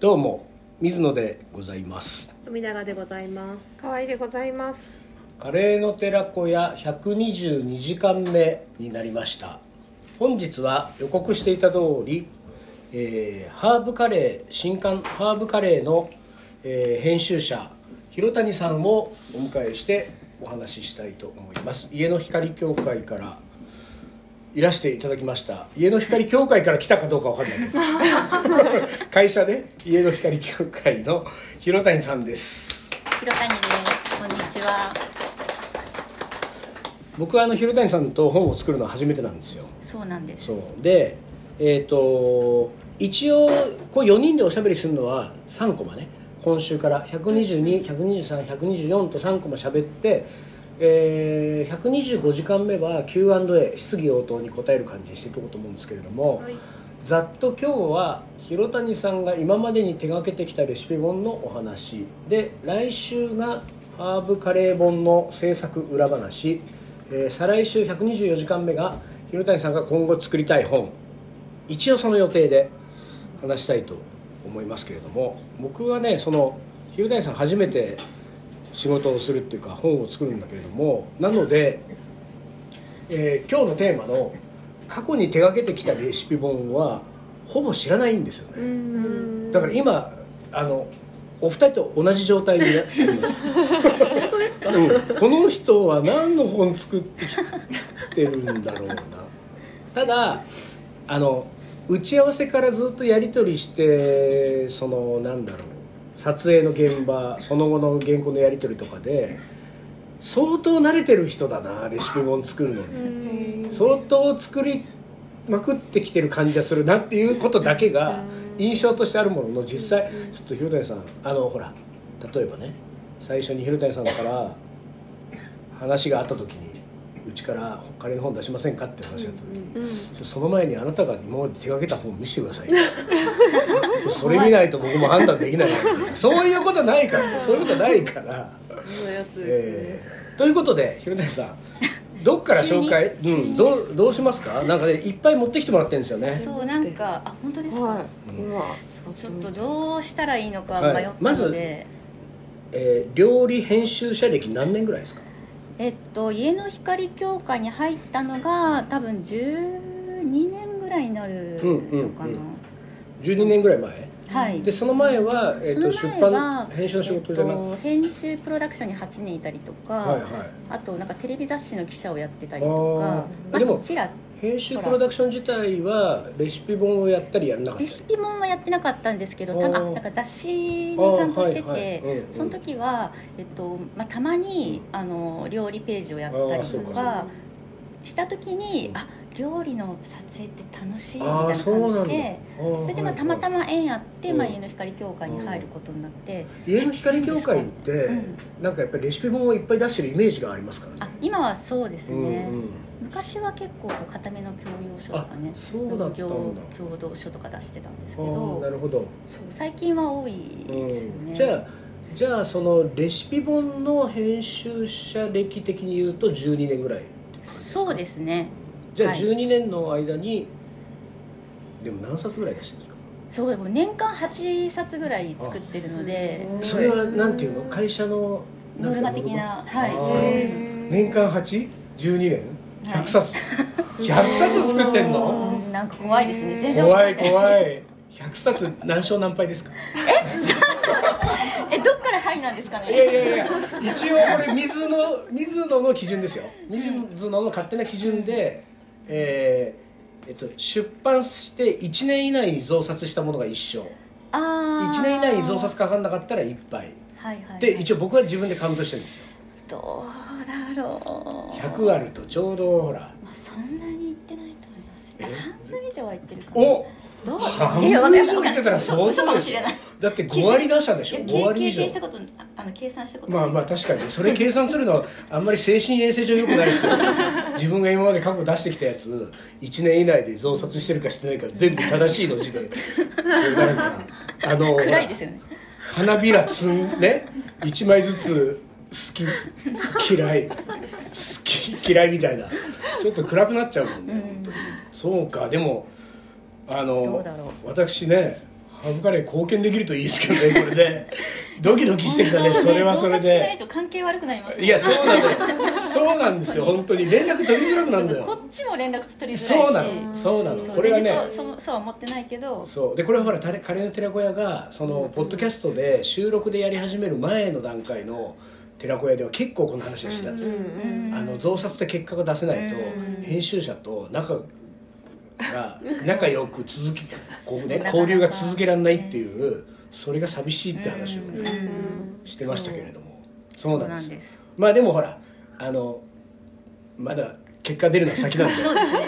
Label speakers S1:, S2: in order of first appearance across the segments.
S1: どうも水野でございます
S2: 富永でございます。
S3: 可愛いでございます。
S1: カレーの寺子屋122時間目になりました本日は予告していた通り、えーハーブカレー新刊ハーブカレーの、えー編集者広谷さんをお迎えしてお話ししたいと思います家の光協会からいらしていただきました家の光協会から来たかどうかわかんないけど会社で家の光協会の広谷さんです
S4: 広谷です。こんにちは。
S1: 僕はあの広谷さんと本を作るのは初めてなんですよ
S4: そうなんです。
S1: そうでえっ、と一応こう4人でおしゃべりするのは3コマね今週から122123124と3コマしゃべって、えー125時間目は Q&A 質疑応答に答える感じにしていこうと思うんですけれども、
S2: はい
S1: ざっと今日は広谷さんが今までに手がけてきたレシピ本のお話で来週がハーブカレー本の制作裏話、えー再来週124時間目が広谷さんが今後作りたい本一応その予定で話したいと思いますけれども僕はねその広谷さん初めて仕事をするっていうか本を作るんだけれどもなので、えー今日のテーマの過去に手がけてきたレシピ本はほぼ知らないんですよね、
S3: ん
S1: だから今あのお二人と同じ状態になっています
S2: 本当ですか。
S1: うんこの人は何の本作ってきてるんだろうなただあの打ち合わせからずっとやり取りしてそのなんだろう撮影の現場その後の原稿のやり取りとかで相当慣れてる人だなレシピ本作るのに相当作りまくってきてる感じがするなっていうことだけが印象としてあるものの実際ちょっと広谷さんあのほら例えばね最初に広谷さんから話があった時にうちから「カレーの本出しませんか?」って話があった時に、ちょっとその前にあなたが今まで手掛けた本を見せてくださいよ ちょそれ見ないと僕も判断できないなみたいなそういうことないからねそういうことないから。
S2: そのやつ
S1: えーということで広谷 さんどっから紹介、うん、どうどうしますかなんかねいっぱい持ってきてもらってるんですよね
S4: そうなんかあ本当ですか。
S3: はい。今
S4: そうちょっとどうしたらいいのか
S1: はい
S4: 迷ったので、
S1: えー料理編集者歴何年ぐらいですか
S4: えっと家の光協会に入ったのが多分12年ぐらいになるのかな。
S1: うんうん12年ぐらい前
S4: はい。
S1: でその前は、えー、と
S4: その
S1: 出
S4: 前は
S1: 版編集の仕事じゃな
S4: え
S1: く
S4: っと編集プロダクションに8年いたりとか、
S1: はいはい
S4: あとなんかテレビ雑誌の記者をやってたりとか
S1: あーでも
S4: まあちら
S1: 編集プロダクション自体はレシピ本をやったりやらなかった
S4: レ
S1: り
S4: シピ本はやってなかったんですけ
S1: あ
S4: ど
S1: ー
S4: たまなんか雑誌の担当してて、
S1: あーはいはいうんうん
S4: その時は、えっとまあ、たまにあの料理ページをやった
S1: あー
S4: り
S1: そ
S4: と
S1: うかそう
S4: かした時に
S1: うん
S4: あ料理の撮影って楽しいみたい
S1: ああ
S4: な
S1: そうな
S4: 感
S1: ん
S4: じ
S1: だ
S4: で
S1: あー
S4: それで
S1: はいは
S4: まあ
S1: い
S4: たまたま縁あって、
S1: うん
S4: まあ、家の光協会に入ることになって、
S1: 家の光協会って、
S4: ん
S1: なんかやっぱりレシピ本をいっぱい出してるイメージがありますからね
S4: あ今はそうですね、
S1: うんうん
S4: 昔は結構こう固めの教養書とかね
S1: あそうだったんだ
S4: 農業共同書とか出してたんですけ
S1: ああな
S4: ど
S1: るほど
S4: そう最近は多いですよね、
S1: うん、じゃあじゃあそのレシピ本の編集者歴的に言うと12年ぐらいっていう感じですか
S4: そうですね
S1: じゃあ
S4: はい
S1: 12年の間に、でも何冊ぐらい出してるんですか
S4: そうでも年間8冊ぐらい作ってるので
S1: それはなんていうの会社のんてい
S4: ノル
S1: うの
S4: マ的な
S1: あー
S4: はい
S1: 年間 8?12 年
S4: はい
S1: 100冊、100冊作ってんの
S4: うんなんか怖いですね全然
S1: 怖い怖い100冊何勝何敗ですか
S4: えどっからはいなんですかね
S1: いやいやいや一応これ水野水野の基準ですよ水野の勝手な基準で、えーえっと、出版して1年以内に増刷したものが1勝
S4: あ
S1: 1年以内に増刷かかんなかったら1杯
S4: はいはいはい
S1: で一応僕は自分でカウントしてるんですよ
S4: どうだろう
S1: 100あるとちょうどほら
S4: まあそんなにいってないと思います
S1: え
S4: 半分以上は行ってるかな
S1: お
S4: どう
S1: 半分
S4: い
S1: 以
S4: やわかんない
S1: 上いってたら
S4: 嘘
S1: 相当
S4: 嘘かもしれない
S1: だって5割打者でし
S4: い
S1: ょ
S4: や
S1: 5割以
S4: 経
S1: 上
S4: 験したことああの計算したこと
S1: まあまあ確かにそれ計算するのはあんまり精神衛生上良くないですよ自分が今まで過去出してきたやつ1年以内で増刷してるかしてないか全部正しいの時点でなんかあの
S4: 暗いですよね
S1: 花びらつんね1枚ずつ好き嫌い好き嫌いみたいなちょっと暗くなっちゃうもんね、本当にそうかでもあ
S4: ど
S1: の
S4: うだろ
S1: 私ねハーブカレー貢献できるといいですけどねこれでドキドキしてるからねそれはそれ
S4: 増刷しない
S1: で
S4: と関係悪くなりますよ
S1: いやそうなのよそうなんですよ本当に連絡取りづらくなるんだ
S4: こ
S1: よ
S4: っちも連絡取りづ
S1: そうな
S4: らいし
S1: のそうなの
S4: そう
S1: これは
S4: 全然
S1: ね
S4: そうそうそうは思ってないけど
S1: そうでこれはほらタレカレーの寺子屋がそのポッドキャストで収録でやり始める前の段階の寺子屋では結構この話をしてたんですよ、
S4: うん
S1: あの増刷で結果が出せないと
S4: うん
S1: 編集者と仲 が仲良く続きこうね
S4: なかなか
S1: 交流が続けられないっていうそれが寂しいって話を
S4: うん
S1: ねしてましたけれどもそうなんです
S4: す
S1: まあでもほらあのまだ結果出るのは先なんで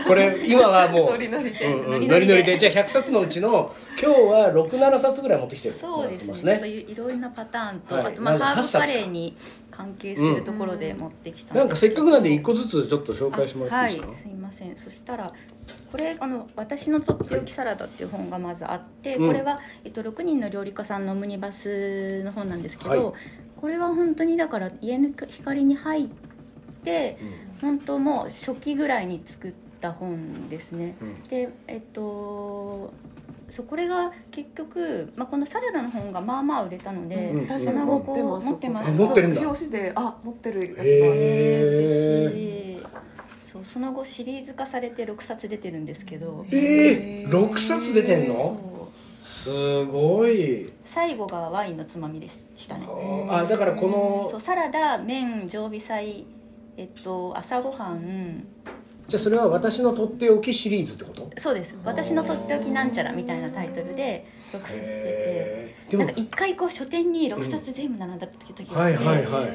S1: これ今はもう
S3: ノリノリで
S1: うんうんノ
S4: ノ
S1: リ
S4: リ
S1: ノ
S4: ノ
S1: リ
S4: リ
S1: で
S4: で
S1: じゃあ100冊のうちの今日は67冊ぐらい持ってきてる
S4: そうですね
S1: やっ
S4: ち
S1: て
S4: ょっといろんなパターンと、
S1: はい
S4: あとまあ
S1: なので
S4: ハーブカレーに関係するところで持ってきた
S1: なんかせっかくなんで一個ずつちょっと紹介してもらっていい
S4: あは
S1: で
S4: い
S1: す
S4: すいませんそしたらこれあの「私のとっておきサラダ」っていう本がまずあって、
S1: うん
S4: これは、えっと、6人の料理家さんのオムニバスの本なんですけど、
S1: はい
S4: これは本当にだから家の光に入って、本当もう初期ぐらいに作った本ですね、
S1: うん
S4: でえっとそうこれが結局、まあ、このサラダの本がまあまあ売れたので、
S1: うん
S4: その後こう
S3: 持
S4: 持
S3: っ
S4: ってて
S3: ま
S4: ます
S1: あ
S4: す
S1: 持ってるんだ
S3: 表紙であ持ってるやつが
S1: へー
S4: 嬉しいそうその後シリーズ化されて6冊出てるんですけど
S1: えー六冊出てんのすごい
S4: 最後がワインのつまみでしたね
S1: あだからこ
S4: そう
S1: の
S4: サラダ麺常備菜えっと朝ごはん
S1: じゃあそれは私のとっておきシリーズってこと
S4: そうです「私のとっておきなんちゃら」みたいなタイトルで6冊出
S1: へー
S4: て
S1: で
S4: な
S1: も
S4: んか一回こう書店に6冊全部並んだ時があ
S1: は
S4: っ
S1: い
S4: て
S1: はいはい
S4: もう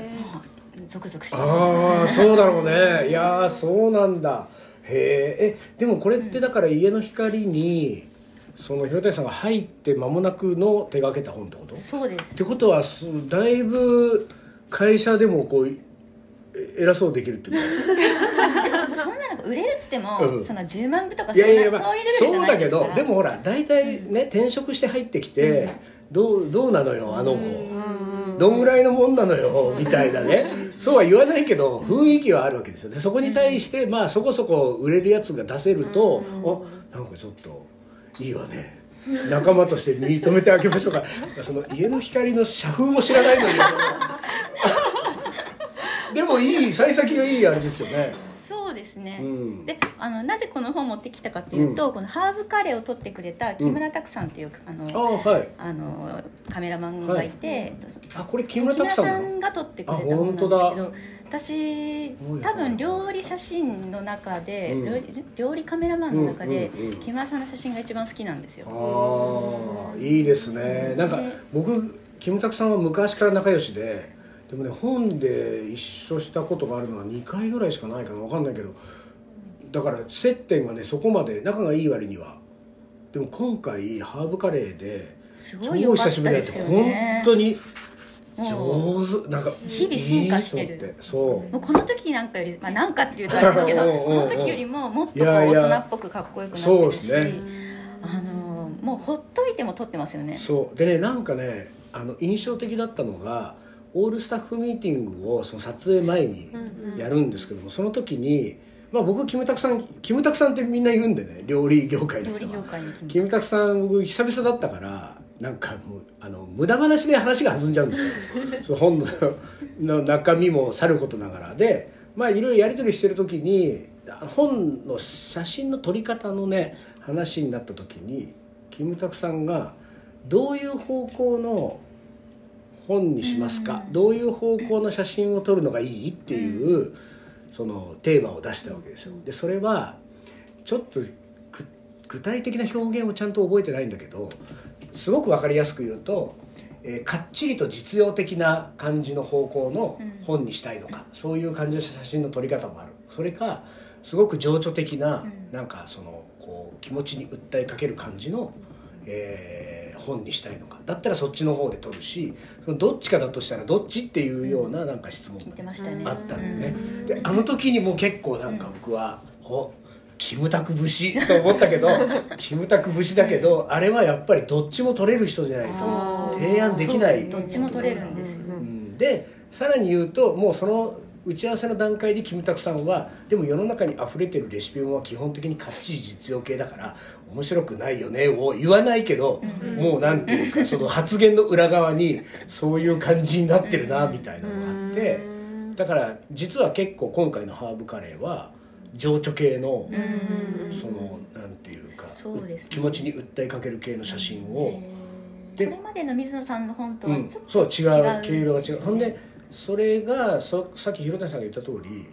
S4: ゾクゾクしました
S1: ああそうだろうねいやーそうなんだへーえでもこれってだから家の光にその広谷さんが入って間もなくの手がけた本ってこと
S4: そうで
S1: っ
S4: す
S1: てことはすだいぶ会社でもこうえ偉そうできるってこ
S4: でもそそんなの売れるっつっても、
S1: うん
S4: その10万部とか
S1: と
S4: そんな
S1: まあ
S4: そういうレベルじ
S1: そ
S4: ゃ
S1: う
S4: ない
S1: だけ
S4: ですから
S1: どでもほら大体ね転職して入ってきて、どうどうなのよあの子、どんぐらいのもんなのよみたいなねそうは言わないけど雰囲気はあるわけですよでそこに対してまあそこそこ売れるやつが出せると、あなんかちょっといいわね仲間として認めてあげましょう かその家の光の社風も知らないのにでもいい幸先がいいあれですよね
S4: そうですね、
S1: うん
S4: であのなぜこの本を持ってきたかというと、このハーブカレーを撮ってくれた木村拓さんという、あ
S1: あ
S4: の
S1: はい
S4: あのカメラマンがいて、えっとそ
S1: あこれ木村拓さん
S4: 木
S1: な
S4: 村
S1: の
S4: が撮ってくれた
S1: あ
S4: 本なんで
S1: 本当
S4: すけど私
S1: おい
S4: 多分料理写真の中で、
S1: うん
S4: 料理料理カメラマンの中で、
S1: うんうんうん
S4: 木村さんの写真が一番好きなんですよ
S1: ああいいですねなんか
S4: で
S1: 僕キムタクさんは昔から仲良しででもね本で一緒したことがあるのは2回ぐらいしかないかな分かんないけどだから接点がねそこまで仲がいい割にはでも今回ハーブカレーです
S4: すごい良かったですよね
S1: 超久しぶりにやって本当に上手なんか
S4: 日々進化してる
S1: いいと思ってそう
S4: もうこの時なんかより、まあ、なんかっていうとあれですけど
S1: おうおうおう
S4: この時よりももっとこう
S1: いやい
S4: 大
S1: や
S4: 人っぽくかっこよくなって
S1: そう
S4: る
S1: で
S4: し
S1: すね
S4: あのーもうほっといても撮ってますよね
S1: そうでねなんかねあの印象的だったのがオールスタッフミーティングをその撮影前にやるんですけども、その時に、まあ、僕キムタクさんキムタクさんってみんな言うんでね料理業界の
S4: 料
S1: 人
S4: 理業
S1: は
S4: 界に来ま
S1: キムタクさん僕久々だったからなんかもうあの無駄話で話が弾んじゃうんです よその本のの中身もさることながらでまあいろいろやり取りしてる時に本の写真の撮り方のね話になった時にキムタクさんがどういう方向の本にしますか、どういう方向の写真を撮るのがいいっていう、そのテーマを出したわけですよ。でそれはちょっとく具体的な表現をちゃんと覚えてないんだけどすごく分かりやすく言うと、えーかっちりと実用的な感じの方向の本にしたいのか、そういう感じの写真の撮り方もあるそれかすごく情緒的な、なんかそのこう気持ちに訴えかける感じの、えー本にしたいのかだったらそっちの方で撮るしそのどっちかだとしたらどっちっていうようななんか質問
S4: 聞いてま
S1: が
S4: したね
S1: あったんでね、であの時にもう結構なんか僕は「おキムタク節」と思ったけ どキムタク節だけど、あれはやっぱりどっちも取れる人じゃないと
S4: そう
S1: 提案できない
S4: そうどっちも撮れるんですよ
S1: うんでさらに言うともうその打ち合わせの段階でキムタクさんはでも世の中に溢れてるレシピ本は基本的にかっちり実用系だから面白くないよねを言わないけど、もうなんていうかその発言の裏側にそういう感じになってるなみたいなのがあってだから実は結構今回のハーブカレーは情緒系の
S4: うん
S1: そのなんていうか
S4: そうですね
S1: 気持ちに訴えかける系の写真を。で
S4: これまでの水野さんの本と
S1: う
S4: は
S1: ん
S4: ちょっ、と
S1: そう違う
S4: 違うん
S1: 毛色が違う
S4: ですね
S1: ほんでそれがそさっき広谷さんが言った通り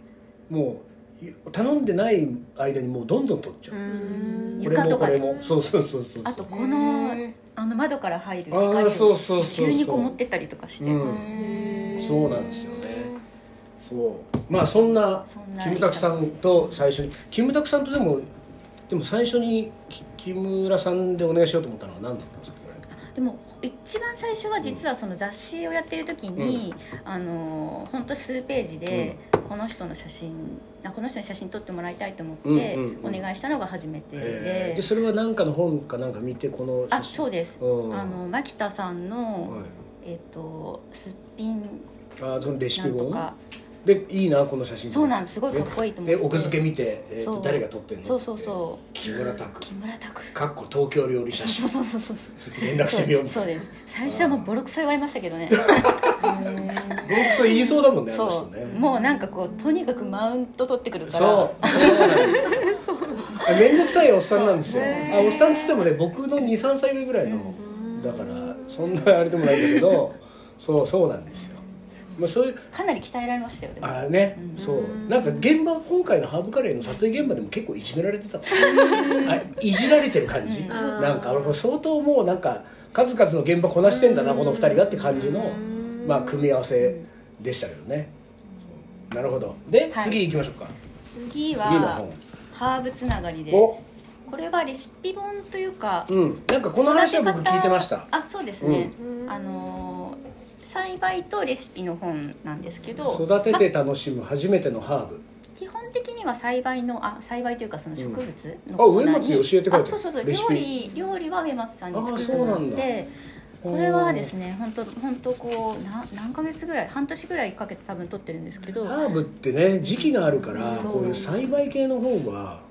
S1: もう頼んでない間にもうどんどん取っちゃう、
S2: ん
S1: これ
S4: 床
S1: も
S4: と
S1: こ
S4: かで
S1: れもそうそうそうそう
S4: あとこの
S2: へー
S4: あの窓から入る
S1: あーそう
S4: 光
S1: そうそうそう
S4: 急にこう持ってったりとかして、
S1: うん
S2: へー
S1: そうなんですよねそうまあそんな
S4: そんな
S1: キムタクさんと最初にキムタクさんとでもでも最初にき木村さんでお願いしようと思ったのは何だったんですかこれ
S4: でも一番最初は実はその雑誌をやってる時に、あの本当数ページで、この人の写真あこの人の写真撮ってもらいたいと思って
S1: うんうんうん
S4: お願いしたのが初めてで、
S1: えーでそれは何かの本かなんか見てこの
S4: あそうです、
S1: うん
S4: あの牧田さんの、
S1: はい
S4: えっ、とすっぴん
S1: あーそのレシ
S4: な
S1: ピ
S4: んと
S1: 本
S4: か
S1: でいいなこの写真
S4: そうなんですすごいかっこいいと思っ
S1: で
S4: て
S1: 奥付け見て、えーと
S4: そう
S1: 誰が撮ってんの
S4: そうそうそう
S1: って木村拓
S4: 木村拓
S1: かっこ東京料理写真
S4: そうそうそうそうそう
S1: ちょっと連絡してみようみた
S4: そ
S1: いう
S4: です最初はもうボロクソ言われましたけどね
S1: な僕それ言いそうだもんねあの人
S4: そ
S1: ね
S4: うもうなんかこうとにかくマウント取ってくるから
S1: そうそうなんですよあ面倒くさいおっさんなんですよあおっさんっつってもね僕の23歳上ぐらいのだからそんなあれでもないんだけどそうそうなんですよ、まあ、そういう
S4: かなり鍛えられましたよでも
S1: ああね、そうなんか現場今回のハーブカレーの撮影現場でも結構いじめられてたからあいじられてる感じ、なんか俺これ相当もうなんか数々の現場こなしてんだな、この二人がって感じの、まあ組み合わせでしたけどね、なるほどで、
S4: はい
S1: 次行きましょうか次
S4: 次
S1: の
S4: は
S1: 本
S4: ハーブつながりでこ
S1: お
S4: れはレシピ本というか
S1: うんなんかこの話は僕聞いてました
S4: あそうですね、あのー栽培とレシピの本なんですけど
S1: 育て
S4: ま
S1: て楽しむ初めてのハーブ
S4: 基本的には栽培のあ栽培というかその植物の
S1: あ
S4: コーナーに、
S1: 植松教えて書いてある
S4: あそうそうそう
S1: レシ
S4: 料
S1: ピ
S4: 理料理は植松さんに
S1: あ
S4: 作
S1: そ
S4: る
S1: うなん
S4: の
S1: だ
S4: で
S1: おー
S4: これはですね本当本当こうな何ヶ月ぐらい半年ぐらいかけて多分取ってるんですけど
S1: ハーブってね時期があるから
S4: そう
S1: こういう栽培系の方は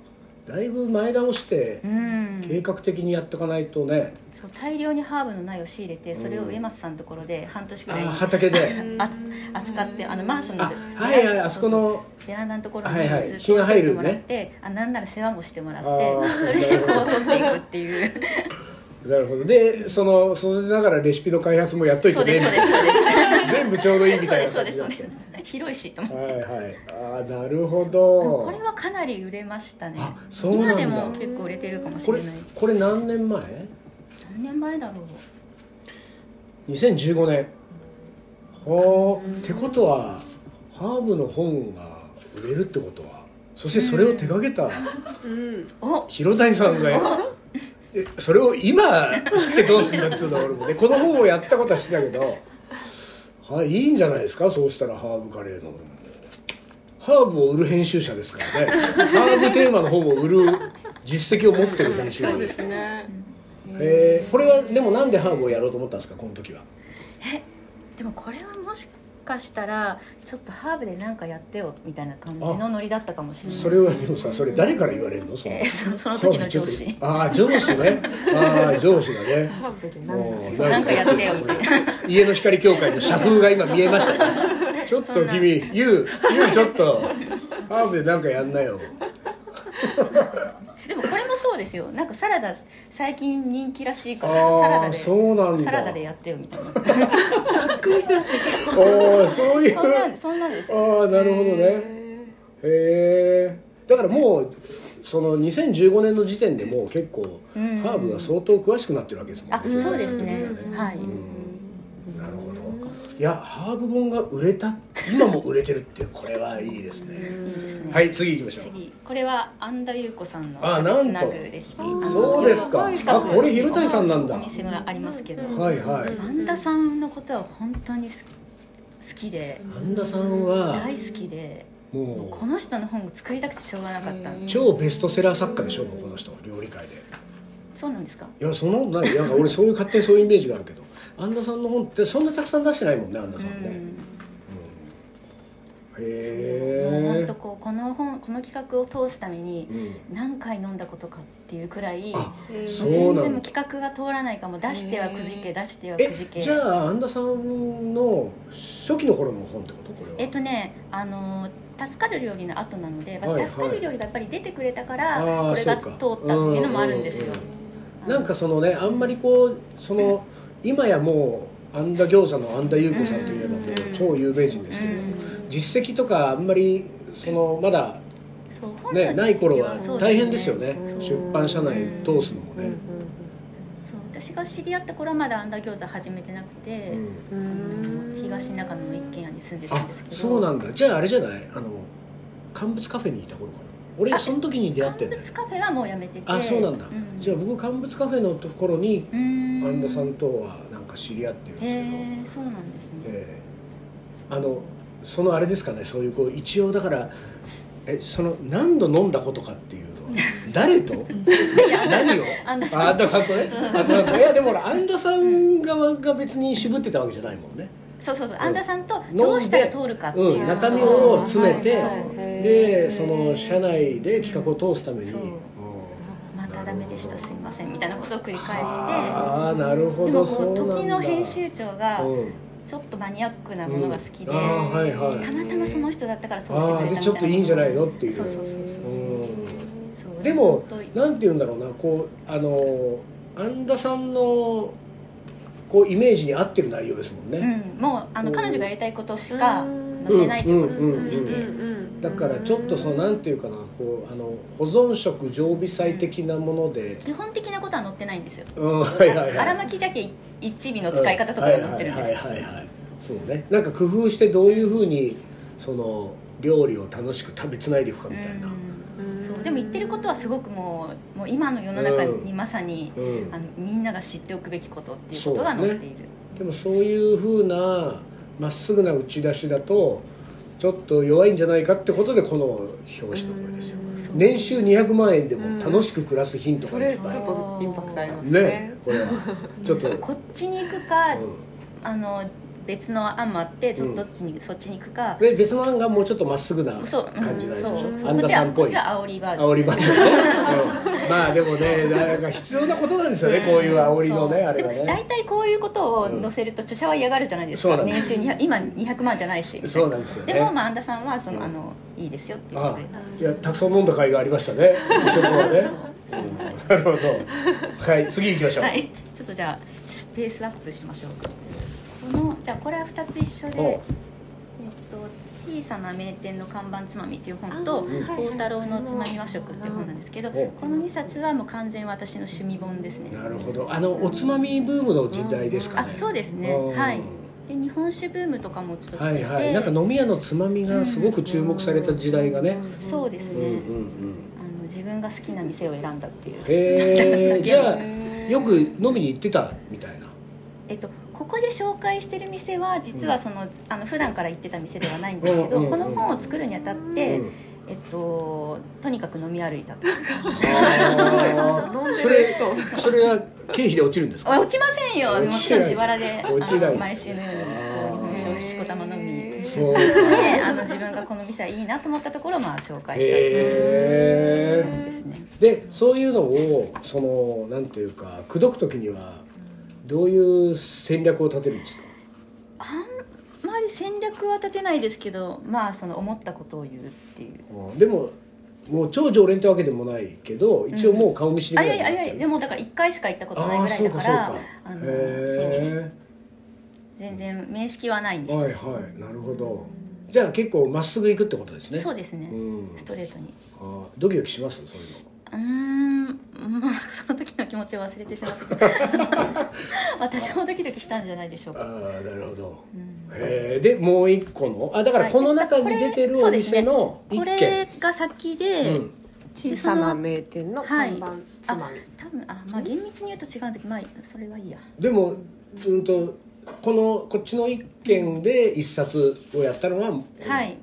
S1: だいぶ前倒して
S4: うん
S1: 計画的にやっていかないとね、
S4: そう大量にハーブの苗を仕入れてそれを植松さんのところで半年ぐ
S1: あ
S4: らい
S1: ー畑で
S4: あ扱ってあのマンションの
S1: あはいはいあそこ
S4: う
S1: の
S4: うベランダのところ
S1: は
S4: に
S1: いはい
S4: ずっ
S1: 日
S4: と
S1: が
S4: 置
S1: 入
S4: いて
S1: る
S4: もらって、あなんなら世話もしてもらって
S1: あー
S4: それでこう取っていくって いう
S1: なるほどでその育てながらレシピの開発もやっとい
S4: そ
S1: て
S4: うで
S1: ね
S4: すそうですそうです
S1: 全部ちょうどいいみ
S4: そ
S1: た
S4: う
S1: い
S4: で
S1: な
S4: すそ
S1: 感
S4: うで
S1: じ
S4: す
S1: だっ
S4: そう
S1: て
S4: です広いしと思って
S1: はいはいあーなるほ
S4: でもこ
S1: ど
S4: れはかなり売れましたね
S1: あそうなんだ
S4: 今でも結構売れてるかもし
S1: こ
S4: れ
S1: れ
S4: ない
S1: これ何年前
S4: 何年前だろう
S1: ?2015 年ほーってことはハーブの本が売れるってことはそしてそれを手掛けた、
S2: うん
S4: お
S1: 広谷さんがよえそれを今知ってどうすんだっつうの俺もねこの本をやったことは知ってたけどはいいいんじゃないですかそうしたらハーブカレーのハーブを売る編集者ですからねハーブテーマの本を売る実績を持ってる編集
S2: そ
S1: 者
S2: う
S1: で
S2: ですす
S1: から
S2: ね
S1: えーこれはでもなんでハーブをやろうと思ったんですかこの時は
S4: でもこれはもしかしたらちょっとハーブでなんかやってよみたいな感じのノリだったかもしれない
S1: それはでもさそれ誰から言われるのその
S4: えーそその時の上司
S1: ああ上司ねああ上司がね
S3: ハーブでなん
S1: もう
S4: そうなんかやってよみたい
S1: 家の光協会の社風が今見えましたねちょっと君ゆうゆうちょっとハーブでなんかやんなよ
S4: でもこれもそうですよなんかサラダ最近人気らしいからサラ
S1: あ
S4: ダ
S1: あ
S4: で
S1: そうなんだ
S4: サラダでやってよみたいな
S1: おーそういう
S4: そんなんそんなんですよ
S1: ああなるほどねへえだからもうその2015年の時点でもう結構
S4: ん
S1: ハーブが相当詳しくなってるわけですもん
S4: あ
S1: ね
S4: そうですね
S1: 平井さん的には
S4: はい、
S1: なるほどいやハーブ本が売れた今も売れてるっていうこれはいいですね
S4: ですね
S1: はい次行きましょう
S4: 次これは安田裕子さんの
S1: あなんと
S4: つなぐレシピ
S1: そうですか
S4: 近
S1: あ
S4: く
S1: これ広谷さんなんだ
S4: お店がありますけど
S1: はいはい
S4: 安田さんのことは本当にす好きで
S1: 安田さんは
S4: 大好きで
S1: も
S4: この人の本を作りたくてしょうがなかった
S1: う超ベストセラー作家でしょもうこの人料理界で
S4: そうなんですか
S1: いやそんなことないなんか俺そういう勝手にそういうイメージがあるけど安田さんの本ってそんなたくさん出してないもんね安田さんね、
S4: うん
S1: へ
S4: もうほん
S1: え
S4: とこうこの本この企画を通すために
S1: うん
S4: 何回飲んだことかっていうくらい
S1: あ
S2: えー
S1: そうなん
S4: 全
S1: だ
S4: 然もう企画が通らないかも出してはくじけ
S2: へー
S4: 出してはく
S1: え
S4: じけ
S1: じゃあ安田さんの初期の頃の本ってことこれは
S4: えっとねあの助かる料理の後なので、まあ
S1: はいはい
S4: 助かる料理がやっぱり出てくれたから
S1: あー
S4: これが通
S1: そ
S4: っ
S1: うか
S4: たっていうのもあるんですよ
S1: うなんかそのねあんまりこうその今やもう安田餃子の安田裕子さんといえばもう超有名人ですけれども
S4: うん
S1: 実績とかあんまりそのまだ
S4: そう本の実績
S1: ねない頃は
S4: そう
S1: 大変ですよね
S3: そうです
S1: 出
S3: ね
S1: 版社内通すのもね
S4: そう私が知り合った頃はまだあんだ餃子始めてなくて、
S1: うん
S3: うんうんうん
S4: 東中野の一軒家に住んでた
S1: あ
S4: んですけど
S1: そうなんだじゃああれじゃないあの乾物カフェにいた頃かな俺
S4: あ
S1: その時に出会って
S4: 乾
S1: んだよ
S4: 物カフェはもうやめてて
S1: あそうなんだじゃあ
S4: あ
S1: 僕乾物カフェのところに安
S4: 安
S1: 田さんとはなんか知り合ってるんです
S4: へ
S1: けど、
S4: えそうなんですね、
S1: ええあのそのあれですかねそういうこう一応だからえその何度飲んだことかっていう のは誰と何を
S4: 安田さん
S1: あ安田さんとね安田さんといやでもほら安田さん側が別に渋ってたわけじゃないもんね
S4: そうそうそう
S1: うん
S4: 安田さんと
S1: んで
S4: どうしたら通るかっていう、
S1: うん中身を詰めて
S4: そう
S1: でその社内で企画を通すために
S4: そう
S1: うん
S4: またダメでしたすいませんみたいなことを繰り返して
S1: ああなるほ
S4: でも
S1: ど
S4: こ
S1: そううなんだ
S4: 時の編集長が
S1: うん
S4: ちょっとマニアックなものが好きで、
S1: うんあーはいはい
S4: たまたまその人だったから通してくれた
S1: あ
S4: み
S1: あ
S4: たい
S1: で
S4: な
S1: ちょっといいんじゃないのっていう
S4: そうそうそうそう
S1: うん
S4: そう
S1: でも
S4: 本当
S1: なんて言うんだろうなこうあの安田さんのこうイメージに合ってる内容ですもん
S4: う
S1: ね、
S4: ん、もうあの
S1: うん
S4: 彼女がやりたいことしか
S3: うん
S4: 載せないという
S1: うんうん
S4: ことにして、
S3: うん
S1: だからちょっとそのなんていうかなこうあの保存食常備菜的なもので、
S4: 基本的なことは載ってないんですよ
S1: うん、はいはいは
S4: 荒
S1: い
S4: 巻鮭一尾の使い方とかが載ってるんです
S1: はいはいはい
S4: よ
S1: はいはいそうねなんか工夫してどういうふうにその料理を楽しく食べつないでいくかみたいな、
S4: うんそうでも言ってることはすごくもうもう今の世の中にまさに、
S1: うん
S4: あのみんなが知っておくべきことっていうことが載っている、
S1: でもそういうふうなまっすぐな打ち出しだとちょっと弱いんじゃないかってことでこの表紙のこれですよ
S4: そう
S1: 年収200万円でも楽しく暮らすヒント
S3: そ
S1: がい
S3: れ
S1: っ
S3: ちょ
S1: ぱ
S3: っ
S1: い、
S3: とインパクトあります
S1: ね
S3: ね
S1: こ れはちょっと、
S4: こっちに行くか、
S1: う
S4: あの別の案もあってちょっ
S1: うん
S4: とどっちに、そっちに行くか
S1: ん、で別の案がもうちょっとまっすぐな
S4: そう
S1: 感じなんでしょ、
S4: そうそう
S1: 安田さんっ
S4: こ
S1: ぽ
S4: っ
S1: い
S4: ちはこっちは煽りバージョン
S1: 煽り場所ねそうまあでもねなんか必要なことなんですよね、こういう煽りのね
S4: そう
S1: あれが
S4: でも
S1: ね
S4: 大体こういうことを載せると著者は嫌がるじゃないですか、
S1: そうなんで
S4: 年
S1: す
S4: 収200今200万じゃないしみたいな
S1: そうなんですよね
S4: でも、まあ、安田さんはその、
S1: うん
S4: あのいいですよって言っ
S1: あ
S4: てくれた
S1: あいやたくさん飲んだ会がありましたねそこはねうんなるほどはい次行きましょう、
S4: はい、ちょっとじゃあスペースアップしましょうかこのじゃあこれは2つ一緒で「え
S1: お
S4: っと小さな名店の看板つまみ」っていう本
S3: あ
S4: と
S3: ー
S4: 「
S3: はい
S4: 孝太郎のつまみ和食」っていう本なんですけど
S1: お
S4: この2冊はもう完全私の趣味本ですね
S1: なるほどあのおつまみブームの時代ですか
S4: あ
S1: ね
S4: そうですね
S1: うん
S4: はいで日本酒ブームとかもちょっと来て
S1: はい
S4: て、
S1: はいなんか飲み屋のつまみがすごく注目された時代がね
S4: そうです
S1: うんうんう
S4: ね
S1: ん
S4: あの自分が好きな店を選んだっていう
S1: へえじゃあよく飲みに行ってたみたいな
S4: えっと、ここで紹介してる店は実はその、あの普段から行ってた店ではないんですけど、
S1: うんうんうん
S4: この本を作るにあたって、
S1: うん
S4: えっと、とにかく飲み歩いた
S1: あーそれそれは経費で落ちるんですか
S4: あ落ちませんよも
S1: 落
S4: ち
S1: ちない
S4: ろん自腹であ
S1: 落ちない
S4: の毎週のようにこう日本酒をしこたま飲みに行っ
S1: そう
S4: てあの自分がこの店はいいなと思ったところをまあ紹介したい
S1: へえ
S4: ですね、
S1: でそういうのをそのなんていうか口説く時にはどういう戦略を立てるんですか
S4: あんまり戦略は立てないですけどまあその思ったことを言うっていう
S1: でももう超常連ってわけでもないけど一応もう顔見知り
S4: あ
S1: ぐ
S4: い
S1: ら
S4: や
S1: い
S4: いやいやいやでもだから1回しか行ったことない
S1: ああ
S4: ぐ
S1: ー
S4: らい
S1: そう
S4: だか
S1: かそう
S4: ら
S1: か
S4: あの
S1: へ
S4: 全然面識はないに
S1: え
S4: し
S1: はい
S4: てし
S1: はいなるほどじゃあ結構まっすぐ行くってことですね
S4: そうですね、
S1: うん
S4: ストレートに
S1: あードキドキしますそう
S4: うーんまあその時の気持ちを忘れてしまった 私もドキドキしたんじゃないでしょう
S1: いう
S4: か
S1: のああなるほどへえでもう一個のあだからこの中に出てる
S4: そ
S1: お
S4: うですね
S1: 店の一
S4: こ
S1: 軒
S4: れが先で、
S1: うん
S3: 小さな名店の看板つまみ、
S4: 多分あまあ厳密に言うと違うんだけどまあそれはいいや
S1: でもうんとこのこっちの一軒で一冊をやったのが
S4: はい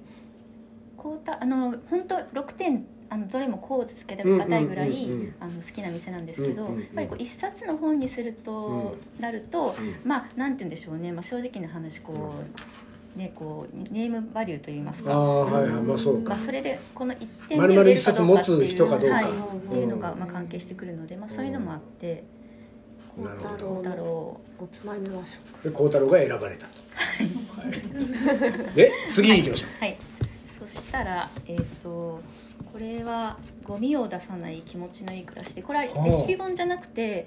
S4: こうたあの本当6点あのどれもこうつけたがたいぐらい、
S1: うんうんうんうん
S4: あの好きな店なんですけど、
S1: うんうんうん
S4: やっぱりこう一冊の本にすると、なると、
S1: う
S4: まあなんて言うんでしょうね、まあ、正直な話こう、でこうネームバリューといいます
S1: あ
S4: か
S1: あはいはいまあそう
S4: ま
S1: か
S4: あ、それでこの一点
S1: 丸
S4: で
S1: 々
S4: 売れ
S1: 一
S4: るか
S1: 冊
S4: どう
S1: 持
S4: かって
S1: つ
S4: い
S1: 人
S4: う
S1: かどうか
S4: はい、っ
S1: うん
S4: ていうのがまあ関係してくるので、まあ、そういうのもあって「
S1: なるほど
S4: 孝太郎
S3: おつまみ和食
S1: で孝太郎が選ばれたとはいで次行きましょう」
S4: はいそしたらえっ、とこれは「ゴミを出さない気持ちのいい暮らし」でこれは
S1: はあ
S4: レシピ本じゃなくて、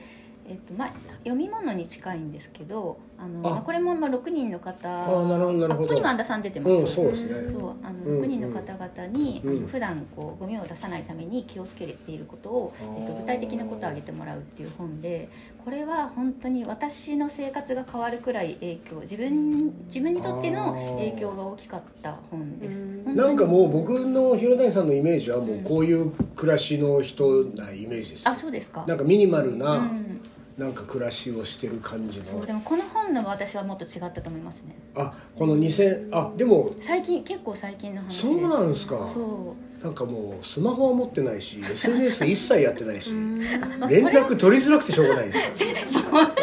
S4: えっとまあ、読み物に近いんですけどあの
S1: あ
S4: まあ、これもまあ6人の方
S1: あーなるほどなる
S4: あ
S1: ほ
S4: ここ
S1: ど
S4: にも安田さん出てます、
S1: うんそうですね
S4: そうあの
S1: うん
S4: 6人の方々に
S1: うん
S4: 普段こうゴミを出さないために気をつけていることを、
S1: あー
S4: えっと、具体的なことを挙げてもらうっていう本でこれは本当に私の生活が変わるくらい影響自分自分にとって
S1: あ
S4: の
S1: ー
S4: 影響が大きかった本です
S3: うん。
S4: 本当に
S1: なんかもう僕の広谷さんのイメージはもうこういう暮らしの人なイメージですよ
S4: あそうですか
S1: なんかミニマル
S4: う、
S1: なんなんか暮らしをしてる感じ
S4: そ
S1: の
S4: うでもこの本の私はもっと違ったと思いますね
S1: あこの2000あでも
S4: 最近結構最近の話です
S1: そうなんですか
S4: そう
S1: なんかもうスマホは持ってない し SNS 一切やってないし
S4: まあ
S1: 連
S4: それは
S1: 絡取りづらくてしょうがないです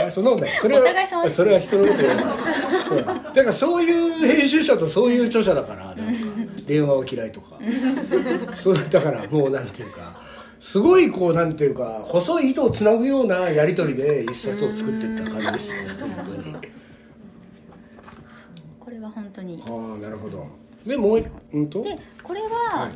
S1: あそんなことないそれは
S4: お互い様です
S1: それは人のこと言 わないそうだからそういう編集者とそういう著者だからなんか電話は嫌いとかそうだからもうなんていうかすごいこうなんていうか細い糸をつなぐようなやり取りで一冊を作っていった感じですよ本当に。
S4: これは本当に
S1: ああなるほどでもう一うんと
S4: でこれ
S1: は
S4: はい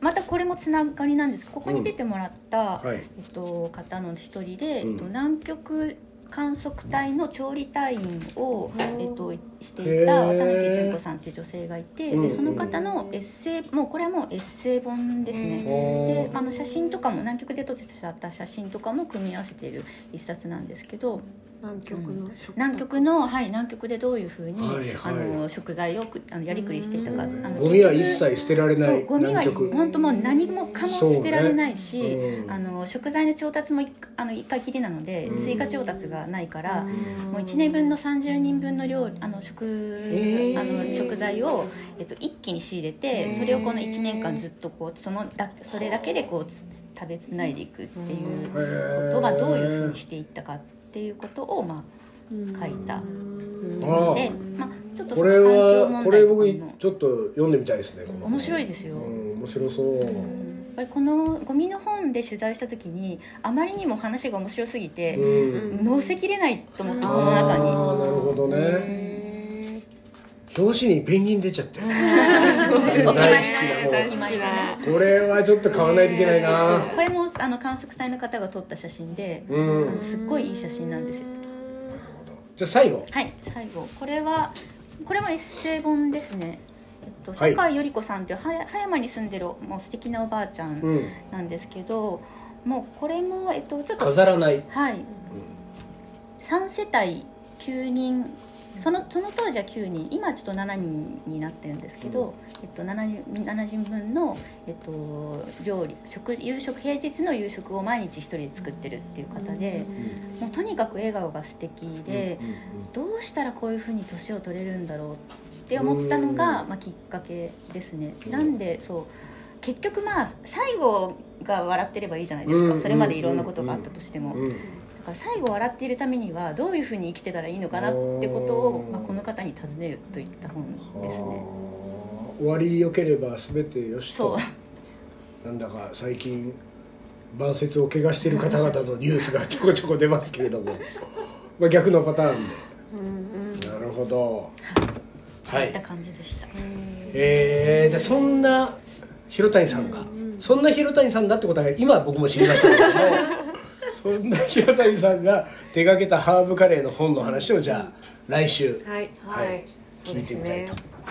S4: またこれもつながりなんですここに出てもらった、
S1: うんはい
S4: えっと、方の一人で、
S1: うん
S4: えっと、南極観測隊の調理隊員を、えっと、して
S1: へ
S4: いた
S1: ー
S4: 渡辺純子さんっていう女性がいて
S1: うんう
S4: で
S1: ん
S4: その方のエッセイもうこれはもうエッセイ本ですね。
S1: へ
S4: であの写真とかも南極で撮ってた写真とかも組み合わせている一冊なんですけど
S3: 南極の食
S4: 南極の、はい、南極でどういうふうに、
S1: はいはい
S4: あの食材をくあのやりくりしていたかあの
S1: ゴミは一
S4: 結局
S1: 切捨てられな
S4: そう
S1: い
S4: ゴミは
S1: 南極
S4: 本当もう何もかも捨てられないし、
S1: そうねうん
S4: あの食材の調達も一あの一回きりなので、
S1: うん
S4: 追加調達がないから、もう1年分の30人分の量あの食、
S1: えー
S4: あの食材を、えっと、一気に仕入れて、
S1: えー
S4: それをこの1年間ずっとこうそのだそれだけでこうつつ食べつないでいくっていうことがどういうふうにしていったかっていうことを、まあ、書いた
S1: あ
S4: の
S1: あ
S4: で、まあ、ちょっとそ
S1: こ
S4: の
S1: れ
S4: 環境
S1: は
S4: 問
S1: こ
S4: 題
S1: れ
S4: とかも
S1: 僕ちょっと読んでみたいですねこの
S4: 面白いですよ。
S1: うん面白そう
S4: やっぱりこのゴミの本で取材した時にあまりにも話が面白すぎ
S1: う
S4: て、
S1: ん
S4: 載せきれないと思って
S1: あ
S4: この中に
S1: ーなるほどね表紙にペンギン出ちゃってる大好きな
S4: お決まりでね
S1: 方これはちょっと買わないといけないな
S4: これもあの観測隊の方が撮った写真で、
S1: うん
S4: あのすっごいいい写真なんですよ
S1: じゃあ最後
S4: はい最後これはこれもエッセイ本ですね、えっと、
S1: はい
S4: 坂井より子さんというはや葉山に住んでるもう素敵なおばあちゃ
S1: うんん
S4: なんですけど、もうこれも、えっと、ちょっと
S1: 飾らない
S4: はい、3世帯9人そのその当時は9人今ちょっと7人になってるんですけ
S1: う
S4: ど、
S1: ん
S4: えっと、7, 人7人分の、えっと、料理食夕食平日の夕食を毎日一人で作ってるっていう方で、もうとにかく笑顔が素敵で、
S1: うんうん
S4: どうしたらこういうふうに年を取れるんだろうって思ったのが、まあ、きっかけですね。
S1: うん
S4: なんでそう結局まあ最後が笑ってればいいじゃないです
S1: うんう
S4: か、
S1: ん
S4: それまでいろんなことがあったとしても、
S1: うんうん
S4: だから最後笑っているためにはどういうふうに生きてたらいいのかなってことを、まあ、この方に尋ねるといった本ですね。
S1: はあ終わりよければ全てよし
S4: そ
S1: となんだか最近晩節を怪我している方々のニュースが ちょこちょこ出ますけれども まあ逆のパターンでなるほど
S4: う、
S1: はい
S4: いった感じでした。
S1: えー、でそんな広谷さんが、そんな広谷さんだってことは今僕も知りましたけれども そんな広谷さんが手がけたハーブカレーの本の話をじゃあ来週、
S2: はい
S1: はい
S3: そう
S1: 聞い
S3: です
S1: て
S3: ね
S1: みたい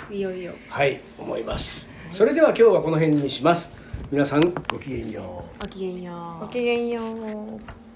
S1: と
S2: いよいよ
S1: はい思いますそれでは今日はこの辺にします皆さんごきげんよう
S3: ごきげんよう
S2: ごきげんよう